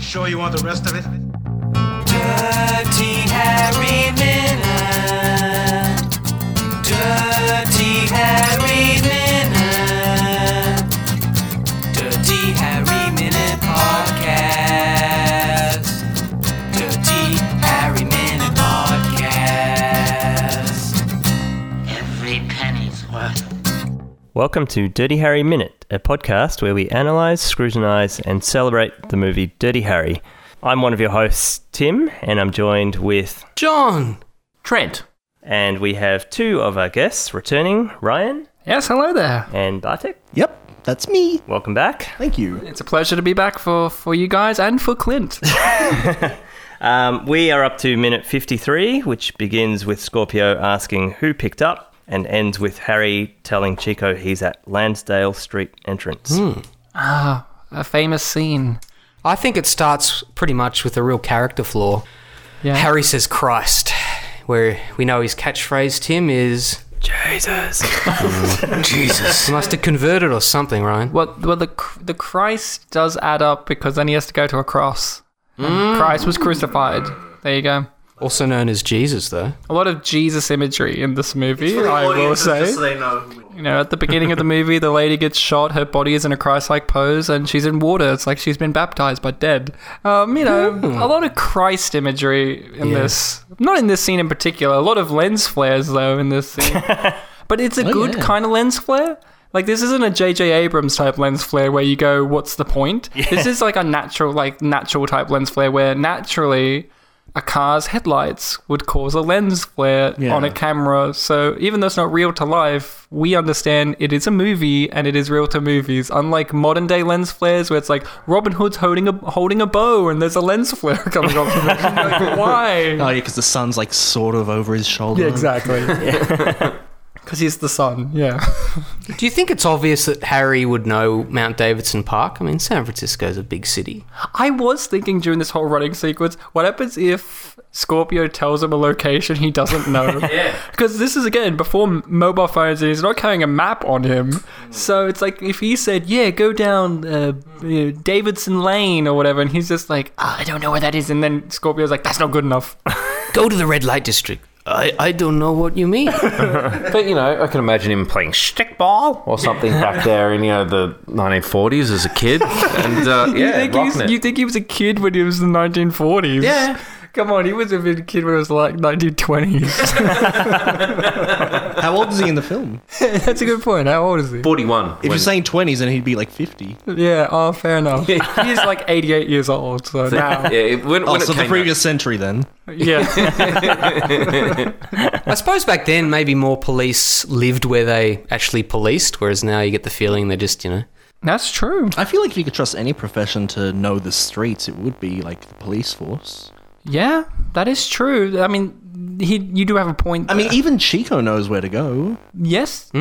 sure you want the rest of it? Dirty Harry Minute. Dirty Harry Minute. Dirty Harry Minute Podcast. Dirty Harry Minute Podcast. Every penny's worth. Welcome to Dirty Harry Minute, a podcast where we analyze, scrutinize, and celebrate the movie Dirty Harry. I'm one of your hosts, Tim, and I'm joined with, John. Trent. and we have two of our guests returning Ryan Yes, hello there. and Bartek. Yep, that's me. Welcome back. Thank you. It's a pleasure to be back for, for you guys and for Clint. Um, we are up to minute 53, which begins with Scorpio asking who picked up and ends with Harry telling Chico he's at Lansdale Street entrance. Hmm. a famous scene. I think it starts pretty much with a real character flaw. Yeah. Harry says Christ, where we know his catchphrase, Tim, is. Jesus. Jesus. He must have converted or something, Ryan. Well, well, the cr- the Christ does add up because then he has to go to a cross. And Christ was crucified. There you go. Also known as Jesus, though. A lot of Jesus imagery in this movie. I will say. you know, at the beginning of the movie, the lady gets shot. Her body is in a Christ-like pose, and she's in water. It's like she's been baptized but dead. Um, you know, a lot of Christ imagery in this. Not in this scene in particular. A lot of lens flares though in this scene. But it's a good yeah. kind of lens flare. Like this isn't a J.J. Abrams type lens flare where you go, "What's the point?" This is like a natural, like natural type lens flare where naturally a car's headlights would cause a lens flare on a camera. So even though it's not real to life, we understand it is a movie and it is real to movies. Unlike modern day lens flares where it's like Robin Hood's holding a holding a bow and there's a lens flare coming off. Of it. Like, why? Oh yeah, because the sun's like sort of over his shoulder. exactly. Because he's the son. Yeah. Do you think it's obvious that Harry would know Mount Davidson Park? I mean, San Francisco's a big city. I was thinking during this whole running sequence, what happens if Scorpio tells him a location he doesn't know? yeah. Because this is, again, before m- mobile phones, and he's not carrying a map on him. So it's like if he said, yeah, go down uh, you know, Davidson Lane or whatever, and he's just like, "Ah, I don't know where that is. And then Scorpio's like, that's not good enough. Go to the red light district. I, I don't know what you mean. But you know, I can imagine him playing stickball or something back there in you know the 1940s as a kid, and uh, you, yeah, think he's, rocking it. you think he was a kid when he was in the 1940s? Yeah. Come on, he was a bit kid when it was like 1920s. How old is he in the film? That's a good point. How old is he? 41. If when- you're saying twenties, then he'd be like fifty. Yeah, oh, fair enough. He's like 88 years old, so now. yeah, it- when, Oh, when it so the came previous century then. Yeah. I suppose back then maybe more police lived where they actually policed, whereas now you get the feeling they're just, you know. That's true. I feel like if you could trust any profession to know the streets, it would be like the police force. Yeah, that is true. I mean, he, you do have a point. I mean, even Chico knows where to go. yes.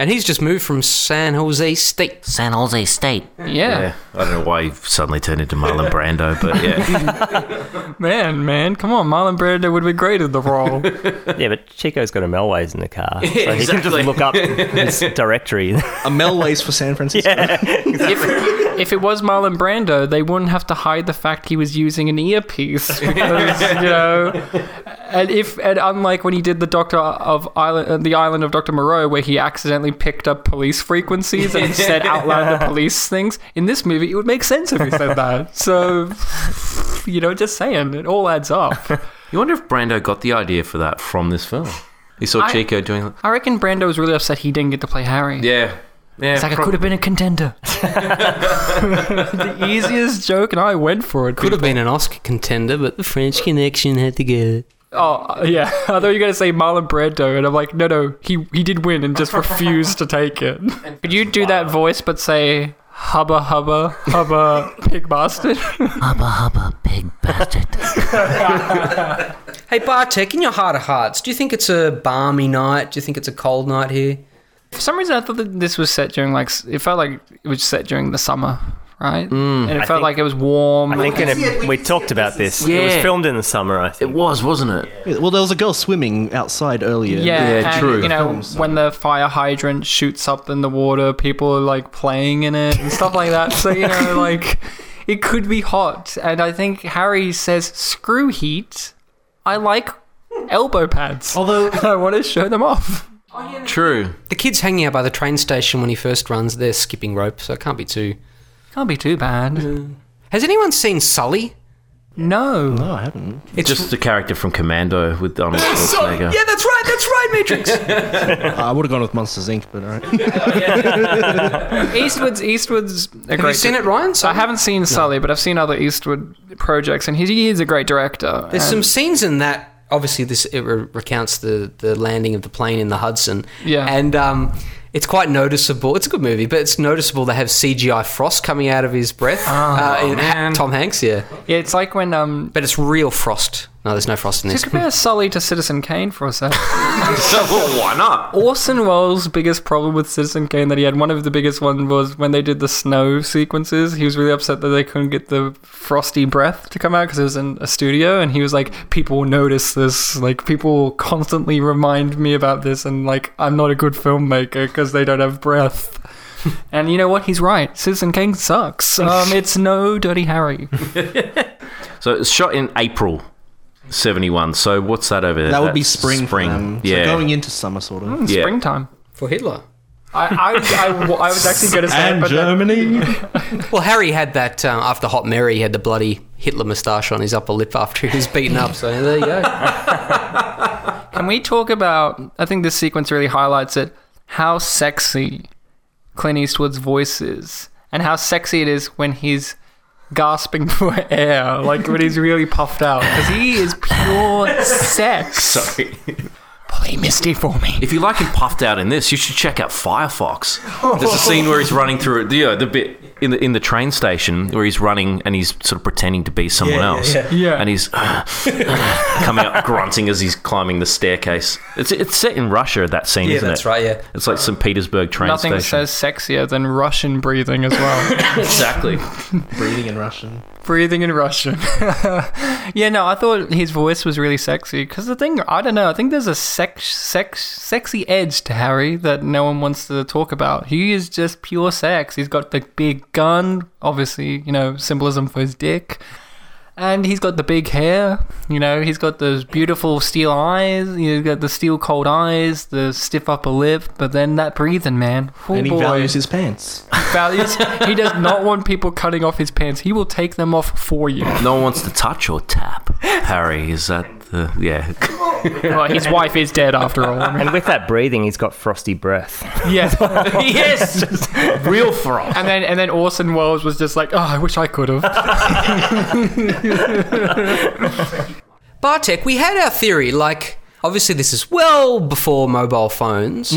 And he's just moved from San Jose State. San Jose State. Yeah. out- yeah, I don't know why he suddenly turned into Marlon Brando, but yeah, Man, man, come on. Marlon Brando would be great in the role. Yeah, but Chico's got a Melways in the car, so he can exactly. just look up his directory. A Melways for San Francisco. if, if it was Marlon Brando, they wouldn't have to hide the fact he was using an earpiece. Because, you know, and if and unlike when he did the Doctor of Island, uh, the Island of Doctor Moreau, where he accidentally picked up police frequencies and said out loud the police things, in this movie it would make sense if he said that. So, you know, just saying, it all adds up. you wonder if Brando got the idea for that from this film. He saw I- Chico doing, I reckon Brando was really upset he didn't get to play Harry. yeah, yeah. It's like I could have been a contender. the easiest joke, and I went for it. Could have been an Oscar contender, but the French Connection had to get it. Oh yeah, I thought you were gonna say Marlon Brando, and I'm like, no, no, he he did win and just refused to take it. Could you do that voice but say hubba hubba hubba pig bastard? Hubba hubba, big bastard. Hey Bartek, in your heart of hearts, do you think it's a balmy night? Do you think it's a cold night here? For some reason, I thought that this was set during like s- it felt like it was set during the summer, right? and it felt think- like it was warm. I think in a, we talked about this. It was Yeah. filmed in the summer, I it think. was, wasn't it? well, there was a girl swimming outside earlier. yeah, Yeah, and, true. You know, when the fire hydrant shoots up in the water, people are like playing in it and stuff like that. So you know, like It could be hot. And I think Harry says, screw heat. I like elbow pads. Although- I want to show them off. True. The kid's hanging out by the train station when he first runs. They're skipping rope, so it can't be too. Can't be too bad. Has anyone seen Sully? No. No, I haven't. It's Just the character from Commando with Donald So- Schwarzenegger. yeah, that's right. That's right, Matrix. I would have gone with Monsters Inc., but uh, all right. Eastwood's Eastwood's a Have you seen it, Ryan? I haven't seen Sully, but I've seen other Eastwood projects, and he, he is a great director. There's some and scenes in that. Obviously, this it re- recounts the the landing of the plane in the Hudson. Yeah. and um, it's quite noticeable. It's a good movie, but it's noticeable they have CGI frost coming out of his breath. uh, in man. Tom Hanks, yeah, yeah, it's like when um. but it's real frost. No, there's no frost in To this. compare Sully to Citizen Kane for a sec, So well, why not? Orson Welles' biggest problem with Citizen Kane that he had one of the biggest one was when they did the snow sequences. He was really upset that they couldn't get the frosty breath to come out because it was in a studio, and he was like, "People notice this. Like, people constantly remind me about this, and like, I'm not a good filmmaker because they don't have breath." and you know what? He's right. Citizen Kane sucks. Um, it's no Dirty Harry. So it's shot in April '71. So what's that over there? That would be That's spring. Spring. For them. Yeah. So going into summer, sort of. It's Yeah. Springtime. For Hitler. I, I, I, I was actually going to say, it, And but then- Germany. Well, Harry had that um, after Hot Mary. He had the bloody Hitler moustache on his upper lip after he was beaten up. So there you go. Can we talk about? I think this sequence really highlights it. How sexy Clint Eastwood's voice is, and how sexy it is when he's gasping for air, like when he's really puffed out, because he is pure sex. Sorry. Play Misty for me. If you like him puffed out in this, you should check out Firefox. There's a scene where he's running through it, you know, the bit in the in the train station where he's running and he's sort of pretending to be someone else. Yeah. And he's coming out grunting as he's climbing the staircase. It's it's set in Russia that scene, yeah, isn't that's it? right. Yeah. It's like St. Petersburg train Nothing station. says sexier than Russian breathing as well. exactly. Breathing in Russian. breathing in Russian. yeah, no, I thought his voice was really sexy. Because the thing, I don't know, I think there's a sex, sex, sexy edge to Harry that no one wants to talk about. He is just pure sex. He's got the big gun, obviously, you know, symbolism for his dick. And he's got the big hair, you know, he's got those beautiful steel eyes, he's got the steel cold eyes, the stiff upper lip, but then that breathing, man. Oh, and he boy values his pants. values. he does not want people cutting off his pants. He will take them off for you. No one wants to touch or tap. Harry, is that the yeah? Well, his wife is dead after all. I mean, And with that breathing, he's got frosty breath. yes, yes. Real frost. And then and then Orson Welles was just like, oh, I wish I could have. Bartek, we had our theory. Like, obviously, this is well before mobile phones.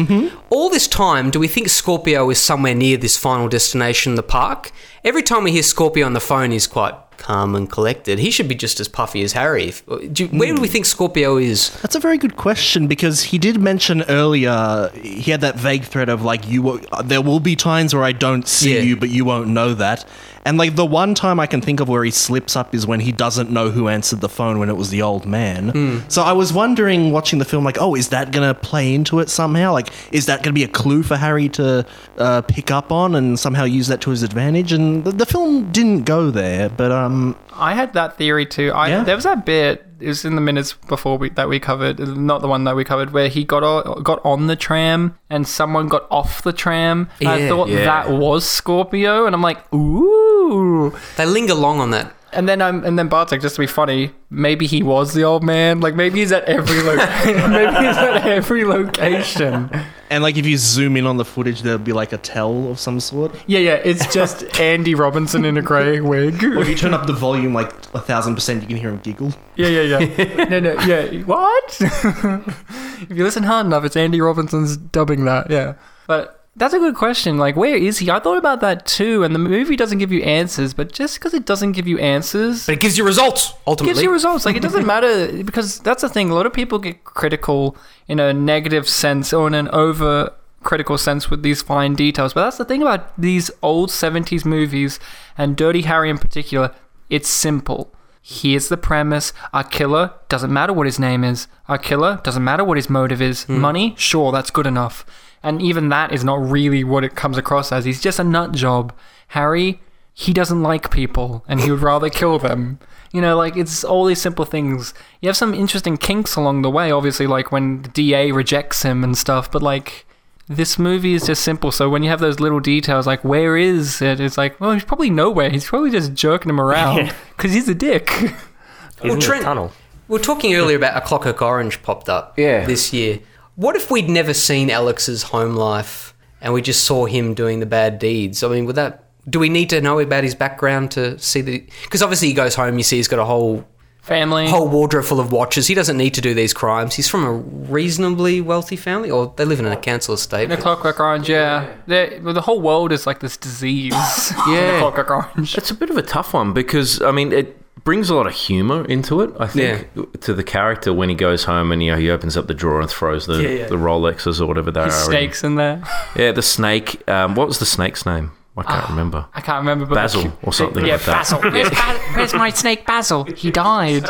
All this time, do we think Scorpio is somewhere near this final destination, the park? Every time we hear Scorpio on the phone, he's quite calm and collected. He should be just as puffy as Harry. If- Do you, Where do we think Scorpio is? That's a very good question because he did mention earlier he had that vague threat of like you wo- there will be times where I don't see Yeah. you but you won't know that. And like the one time I can think of where he slips up is when he doesn't know who answered the phone when it was the old man. So I was wondering watching the film like oh is that going to play into it somehow? Like is that going to be a clue for Harry to uh, pick up on and somehow use that to his advantage? And the, the film didn't go there, but um I had that theory too. I, Yeah. There was that bit. It was in the minutes before we, that we covered, not the one that we covered, where he got o- got on the tram and someone got off the tram. And I Yeah. thought Yeah. that was Scorpio, and I'm like, ooh. They linger long on that. And then um, and then Bartek, just to be funny, maybe he was the old man. Like maybe he's at every location. maybe he's at every location. and like if you zoom in on the footage there'll be like a tell of some sort. Yeah, yeah. It's just Andy Robinson in a grey wig. Well, if you turn up the volume like a thousand percent, you can hear him giggle. Yeah, yeah, yeah. No, no, yeah. What? if you listen hard enough, it's Andy Robinson's dubbing that. Yeah, but that's a good question. Like, where is he? I thought about that too, and the movie doesn't give you answers. But just because it doesn't give you answers, But it gives you results, ultimately. gives you results. Like it doesn't matter because that's the thing. A lot of people get critical in a negative sense or in an over critical sense with these fine details. But that's the thing about these old seventies movies and Dirty Harry in particular. It's simple. Here's the premise. Our killer doesn't matter what his name is. Our killer doesn't matter what his motive is. Money, sure, that's good enough. And even that is not really what it comes across as. He's just a nut job. Harry he doesn't like people and he would rather kill them. You know, like it's all these simple things. You have some interesting kinks along the way, obviously, like when the DA rejects him and stuff, but like this movie is just simple. So when you have those little details, like where is it? It's like, well, he's probably nowhere. He's probably just jerking him around because he's a dick. He's in the Trent- tunnel. We were talking earlier about A Clockwork Orange popped up Yeah. this year. What if we'd never seen Alex's home life and we just saw him doing the bad deeds? I mean, would that. Do we need to know about his background to see that? Because obviously he goes home, you see he's got a whole Family. whole wardrobe full of watches. He doesn't need to do these crimes. He's from a reasonably wealthy family, or they live in a council estate. The Clockwork Orange, yeah. They- well, The whole world is like this disease. yeah. The Clockwork Orange. It's a bit of a tough one because I mean it brings a lot of humor into it. I think to the character when he goes home and you know, he opens up the drawer and throws the, the Rolexes or whatever they are. in. Snakes in there. Yeah, the snake. Um, what was the snake's name? I can't remember. I can't remember. But Basil or something Yeah, like that. Basil. Where's, Ba- where's my snake, Basil? He died.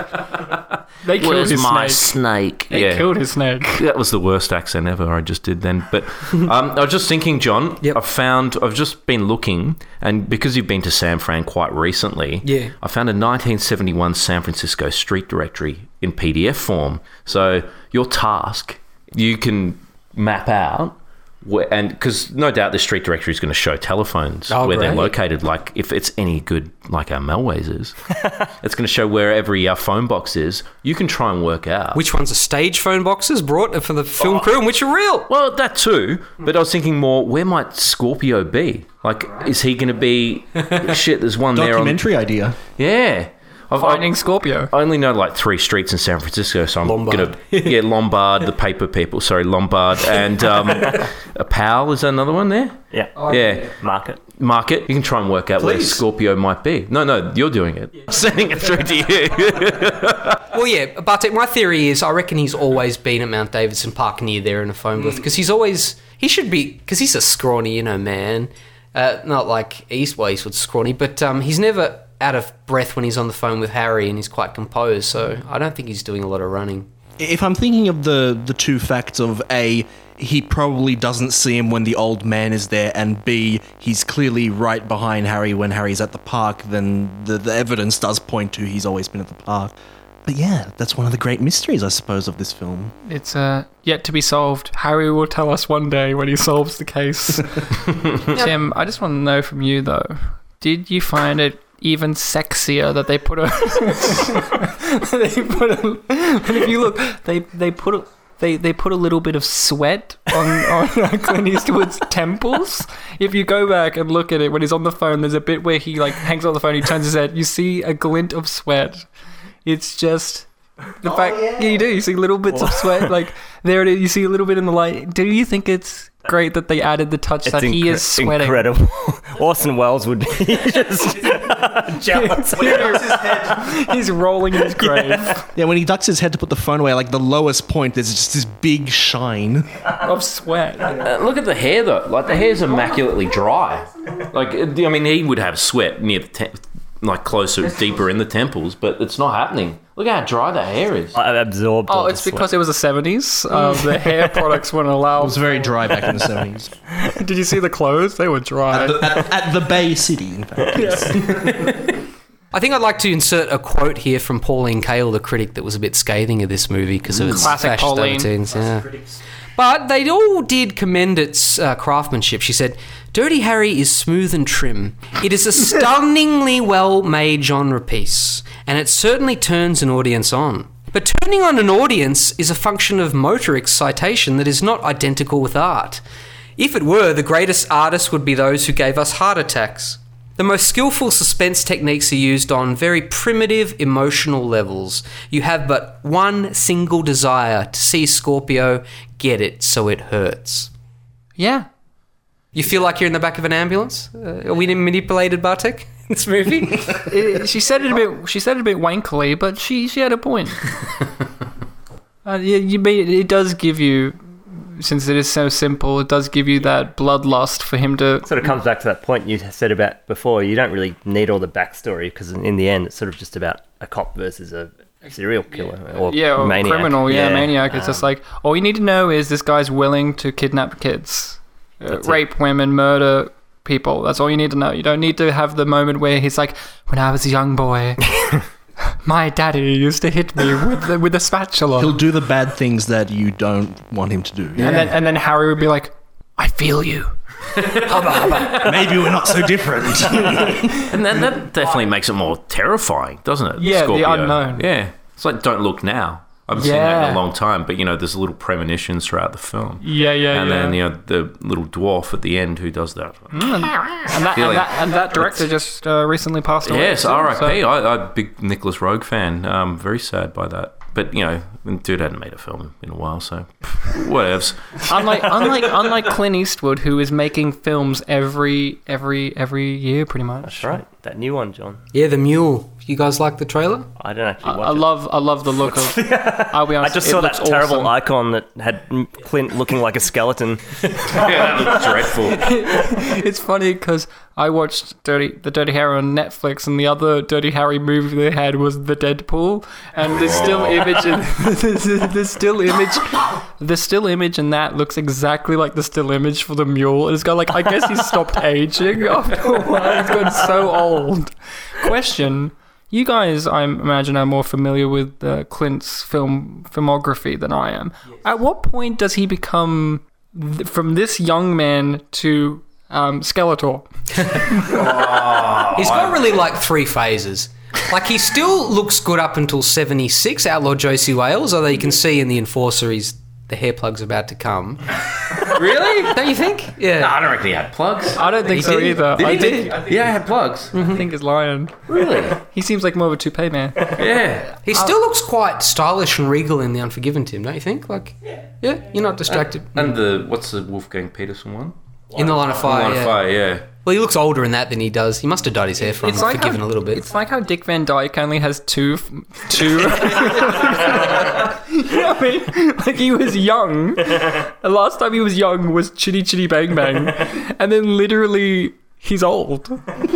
They killed Where's his my snake. snake? They Yeah. killed his snake. That was the worst accent ever I just did then. But um, I was just thinking, John, Yep. I've found, I've just been looking, and because you've been to San Fran quite recently, Yeah. I found a 1971 San Francisco street directory in PDF form. So your task, you can map out. Where, and because no doubt this street directory is going to show telephones Oh, where they're great. located. Like if it's any good, like our Melways is, it's going to show where every uh, phone box is. You can try and work out Which ones are stage phone boxes brought for the film crew, and which are real? Well, that too. But I was thinking more, where might Scorpio be? Like, is he going to be? shit, there's one there. On, Documentary idea. yeah, I've, Finding I Scorpio. I only know like three streets in San Francisco, so I'm Lombard. gonna yeah Lombard, the paper people. Sorry, Lombard and um, a pal is there another one there. Yeah. Oh, Yeah, Market. market. You can try and work out where Please. Scorpio might be. No, no, you're doing it. Sending it through to you. Well, yeah, Bartek, my theory is I reckon he's always been at Mount Davidson Park near there in a phone booth because he's always, he should be, because he's a scrawny, you know, man. Uh, not like East, well, Eastwood's scrawny, but um, he's never out of breath when he's on the phone with Harry and he's quite composed, so I don't think he's doing a lot of running. If I'm thinking of the the two facts of a he probably doesn't see him when the old man is there, and B, he's clearly right behind Harry when Harry's at the park, then the, the evidence does point to he's always been at the park. But yeah, that's one of the great mysteries, I suppose, of this film. It's uh, yet to be solved. Harry will tell us one day when he solves the case. Tim, I just want to know from you though. Did you find it even sexier that they put a they put a and if you look they they put a they, they put a little bit of sweat on, on uh, Clint Eastwood's temples. If you go back and look at it when he's on the phone, there's a bit where he like hangs on the phone, he turns his head, you see a glint of sweat. It's just Oh, the fact yeah, you do. You see little bits of sweat, like there it is. You see a little bit in the light. Do you think it's great that they added the touch that he incre- is sweating? Incredible. Orson Welles would be just jealous. He's rolling in his grave. Yeah, when he ducks his head to put the phone away, like the lowest point, there's just this big shine. of sweat. Uh, Look at the hair though. Like the hair's immaculately dry. Like it- I mean, he would have sweat near the te- like closer, deeper in the temples, but it's not happening. Look how dry the hair is. I absorbed. all Oh, the it's sweat. because it was the 70s. Um, the hair products weren't allowed. It was very dry back in the 70s. Did you see the clothes? They were dry. at, at the Bay City, in fact. I think I'd like to insert a quote here from Pauline Kael, the critic that was a bit scathing of this movie because of its Mm. Classic fascist Pauline. overtones. Yeah. But they all did commend its uh, craftsmanship. She said, "Dirty Harry is smooth and trim. It is a stunningly well-made genre piece, and it certainly turns an audience on." But turning on an audience is a function of motor excitation that is not identical with art. If it were, the greatest artists would be those who gave us heart attacks. The most skillful suspense techniques are used on very primitive emotional levels. You have but one single desire to see Scorpio get it so it hurts. yeah. You feel like you're in the back of an ambulance? Uh, are we manipulated, Bartek? in This movie? It- she said it a bit. She said it a bit wankily, but she she had a point. uh, yeah, you mean it does give you, since it is so simple, it does give you that bloodlust for him to sort of comes back to that point you said about before. You don't really need all the backstory because in, in the end, it's sort of just about a cop versus a serial killer or yeah, or maniac. criminal, yeah, maniac. It's just like all you need to know is this guy's willing to kidnap kids, uh, it. rape women, murder people. That's all you need to know. You don't need to have the moment where he's like, "When I was a young boy, my daddy used to hit me with the, with a spatula." He'll do the bad things that you don't want him to do. and then and then Harry would be like, "I feel you." Maybe we're not so different. And that, that definitely makes it more terrifying, doesn't it? Yeah, the unknown. Yeah. It's like Don't Look Now. I haven't seen that in Yeah. a long time, but you know, there's little premonitions throughout the film. Yeah, yeah, and yeah. Mm. then you know, the little dwarf at the end who does that. And that, and Feeling. that, and that director just uh, recently passed away. Yes, too, R.I.P. so- I, I'm a big Nicholas Rogue fan. Um, very sad by that. But you know, the dude hadn't made a film in a while, so whatevs. unlike unlike unlike Clint Eastwood, who is making films every every every year, pretty much. That's right. That new one, John. Yeah, the mule. You guys like the trailer? I don't actually watch I it. love I love the look of. I'll be I honest. just it saw that looks terrible awesome. icon that had mm, Clint looking like a skeleton. yeah, that was dreadful. It's funny because I watched Dirty the Dirty Harry on Netflix, and the other Dirty Harry movie they had was the Deadpool, and the still image, in, the, the still image, the still image in that looks exactly like the still image for the mule. It's got like I guess he stopped aging after a while. He's got so old. Question. You guys, I imagine, are more familiar with uh, Clint's film filmography than I am. At what point does he become th- from this young man to um, Skeletor? He's got really like three phases. Like he still looks good up until seventy six, Outlaw Josie Wales, although you can see in the enforcer he's the hair plug's about to come. really? Don't you think? Yeah. I don't reckon he had plugs. I don't think so did. either. Did I he? think, Did he? yeah, I had plugs. I think he's lying. Really? He seems like more of a toupee man. Yeah. He still looks quite stylish and regal in The Unforgiven, Tim, don't you think? Like, yeah, you're not distracted. And the what's the Wolfgang Peterson one? in The Line of Fire, Line yeah. of Fire. Oh, Yeah. Well, he looks older in that than he does. He must have dyed his hair from It's like Unforgiven a how- little bit. It's like how Dick Van Dyke only has two, f- two. you know what I mean? Like he was young. The last time he was young was Chitty Chitty Bang Bang, and then literally he's old.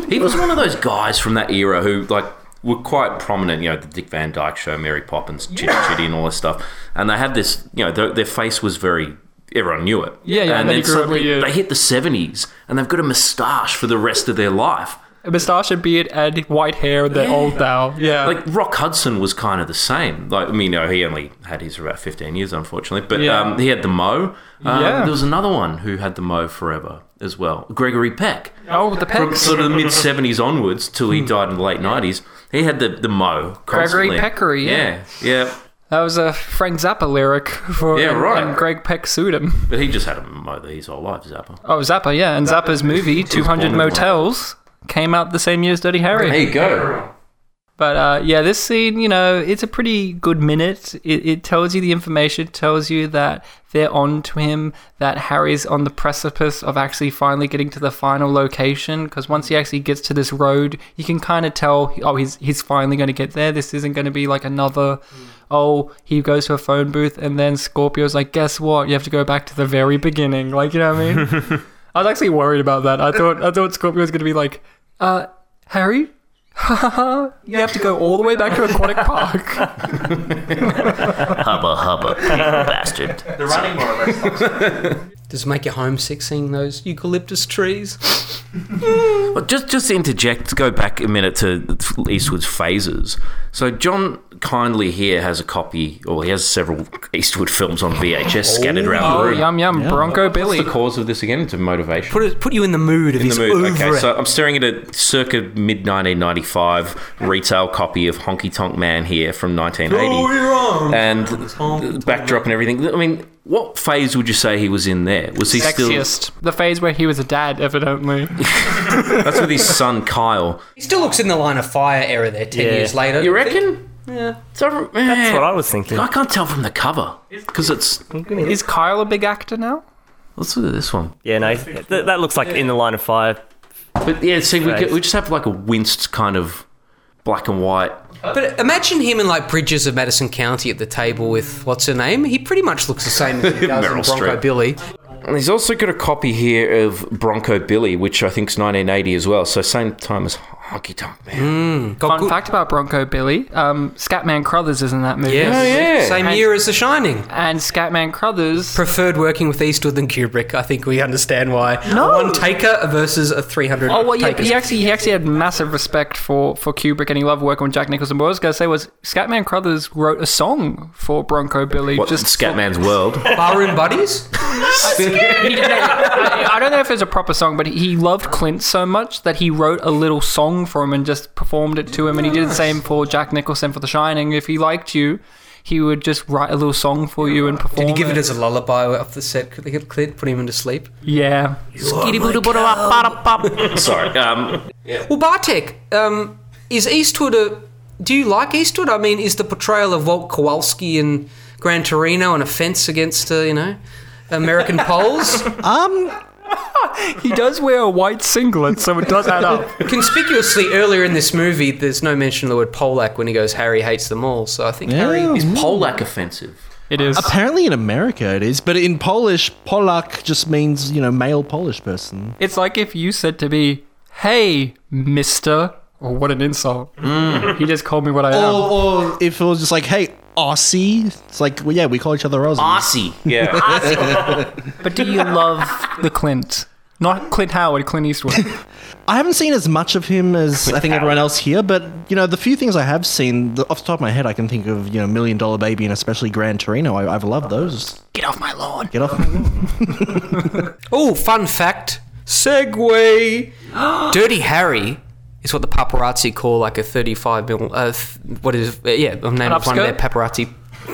He was one of those guys from that era who like were quite prominent, you know, the Dick Van Dyke show, Mary Poppins, Chitty Chitty, and all this stuff. And they had this, you know, their, their face was very. Everyone knew it. Yeah, yeah, And and then then he grew up suddenly with you. they hit the seventies, and they've got a moustache for the rest of their life. A moustache, and beard, and white hair. They're old now. Yeah. Like Rock Hudson was kind of the same. Like I mean, no, he only had his for about fifteen years, unfortunately. But Yeah. um, he had the mo. Um, Yeah. There was another one who had the mo forever as well. Gregory Peck. oh, the From pecs. sort of the mid seventies onwards till Hmm. he died in the late nineties, he had the the mo. Constantly. Gregory Peckery, yeah. yeah, yeah. That was a Frank Zappa lyric for Yeah, and, right. and Greg Peck sued him. But he just had a mo that his whole life, Zappa. Oh, Zappa, yeah, and Zappa's movie Two Hundred born in Motels came out the same year as Dirty Harry. you go. But uh, yeah, this scene, you know, it's a pretty good minute. It, it tells you the information, tells you that they're on to him, that Harry's on the precipice of actually finally getting to the final location. Because once he actually gets to this road, you can kind of tell, oh, he's he's finally going to get there. This isn't going to be like another, oh, he goes to a phone booth and then Scorpio's like, guess what? You have to go back to the very beginning. Like, you know what I mean? I was actually worried about that. I thought I thought Scorpio was going to be like, uh, Harry, you have to go all the way back to Aquatic Park. Hubba hubba, pig bastard. Does it make you homesick seeing those eucalyptus trees? Well, just just to interject, to go back a minute to Eastwood's phases. So John kindly here has a copy, or he has several Eastwood films on VHS scattered around the Oh, room. yum yum, Bronco What's Billy. the cause of this again? Into motivation. Put it, put you in the mood of in his the mood. Okay, oeuvre. so I'm staring at a circa mid 1995 retail copy of Honky Tonk Man here from 1980, and the backdrop and everything. I mean, what phase would you say he was in there? Was he still? Sexiest. The phase where he was a dad, evidently. That's with his son Kyle. He still looks in the line of fire era there 10 Yeah. years later. You reckon? Yeah. So, That's what I was thinking. I can't tell from the cover because it's. Is Kyle a big actor now? Let's look at this one. Yeah, no, th- that looks like in the line of fire. But yeah, see, we, Right. get, we just have like a winced kind of black and white. But imagine him in like Bridges of Madison County at the table with what's her name? He pretty much looks the same as he does in Meryl Bronco Streep. Billy. And he's also got a copy here of Bronco Billy, which I think is 1980 as well, so same time as honky tonk man. Got Fun good- fact about Bronco Billy: um, Scatman Crothers is in that movie. Yes. yeah. Same And- year as The Shining. And Scatman Crothers. Preferred working with Eastwood than Kubrick. I think we understand why. No. One taker versus a 300 Oh well, yeah, but takers. he actually he actually had massive respect for for Kubrick, and he loved working with Jack Nicholson. But what I was gonna say was Scatman Crothers wrote a song for Bronco Billy. What, just Scatman's World. Barroom Buddies? I I don't know if it's a proper song, but he loved Clint so much that he wrote a little song for him and just performed it to him. And he did the same for Jack Nicholson for The Shining. If he liked you, he would just write a little song for you and perform. Did he give it as a lullaby off the set? Could they get Clint, put him into sleep? yeah. Sorry. Um, Well, Bartek, um, is Eastwood a. Do you like Eastwood? I mean, is the portrayal of Walt Kowalski in Gran Torino an offense against, uh, you know, American Poles? Um, He does wear a white singlet, so it does add up. Conspicuously earlier in this movie, there's no mention of the word Polak when he goes, Harry hates them all. So I think Harry. is Polak offensive? It is. Apparently in America it is, but in Polish, Polak just means, you know, male Polish person. It's like if you said to me, "Hey, Mister," Mm. or Oh, what an insult. He just called me what I am. Or, or if it was just like, hey, Aussie. It's like, well, yeah, we call each other Aussies. Aussie. Yeah. But do you love the Clint? Not Clint Howard, Clint Eastwood. I haven't seen as much of him as I think everyone else here, but you know, the few things I have seen, the, off the top of my head, I can think of you know Million Dollar Baby and especially Gran Torino. I, I've loved those. Get off my lawn. Get off. Oh, fun fact. Segway. Dirty Harry is what the paparazzi call like a 35 mil. Uh, f- what is? Uh, yeah, I'm naming one of their upskirt? paparazzi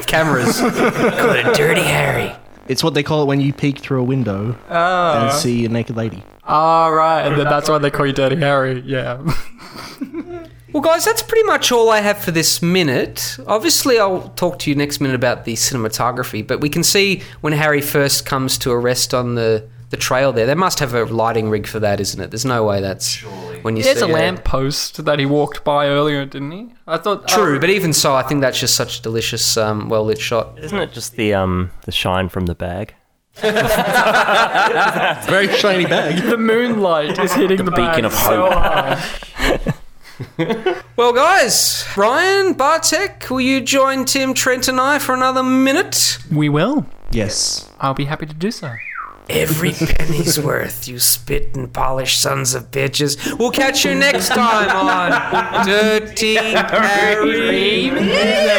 cameras. Call it a Dirty Harry. It's what they call it when you peek through a window and see a naked lady. All Ah, right, and then that's why they call you Dirty Harry. Yeah. Well, guys, that's pretty much all I have for this minute. Obviously, I'll talk to you next minute about the cinematography, but we can see when Harry first comes to a rest on the, the trail there. They must have a lighting rig for that, isn't it? The's no way that's when you There's see a it. lamppost that he walked by earlier, didn't he? I thought oh, True, but even so, I think that's just such a delicious, um, well lit shot. Isn't it just the um the shine from the bag? Very shiny bag. the moonlight is hitting the, beacon bag of so hope. hard. Well, guys, Ryan, Bartek, will you join Tim, Trent, and I for another minute? we will. Yes. I'll be happy to do so. Every penny's worth, you spit and polish sons of bitches. We'll catch you next time on Dirty Harry. Minute.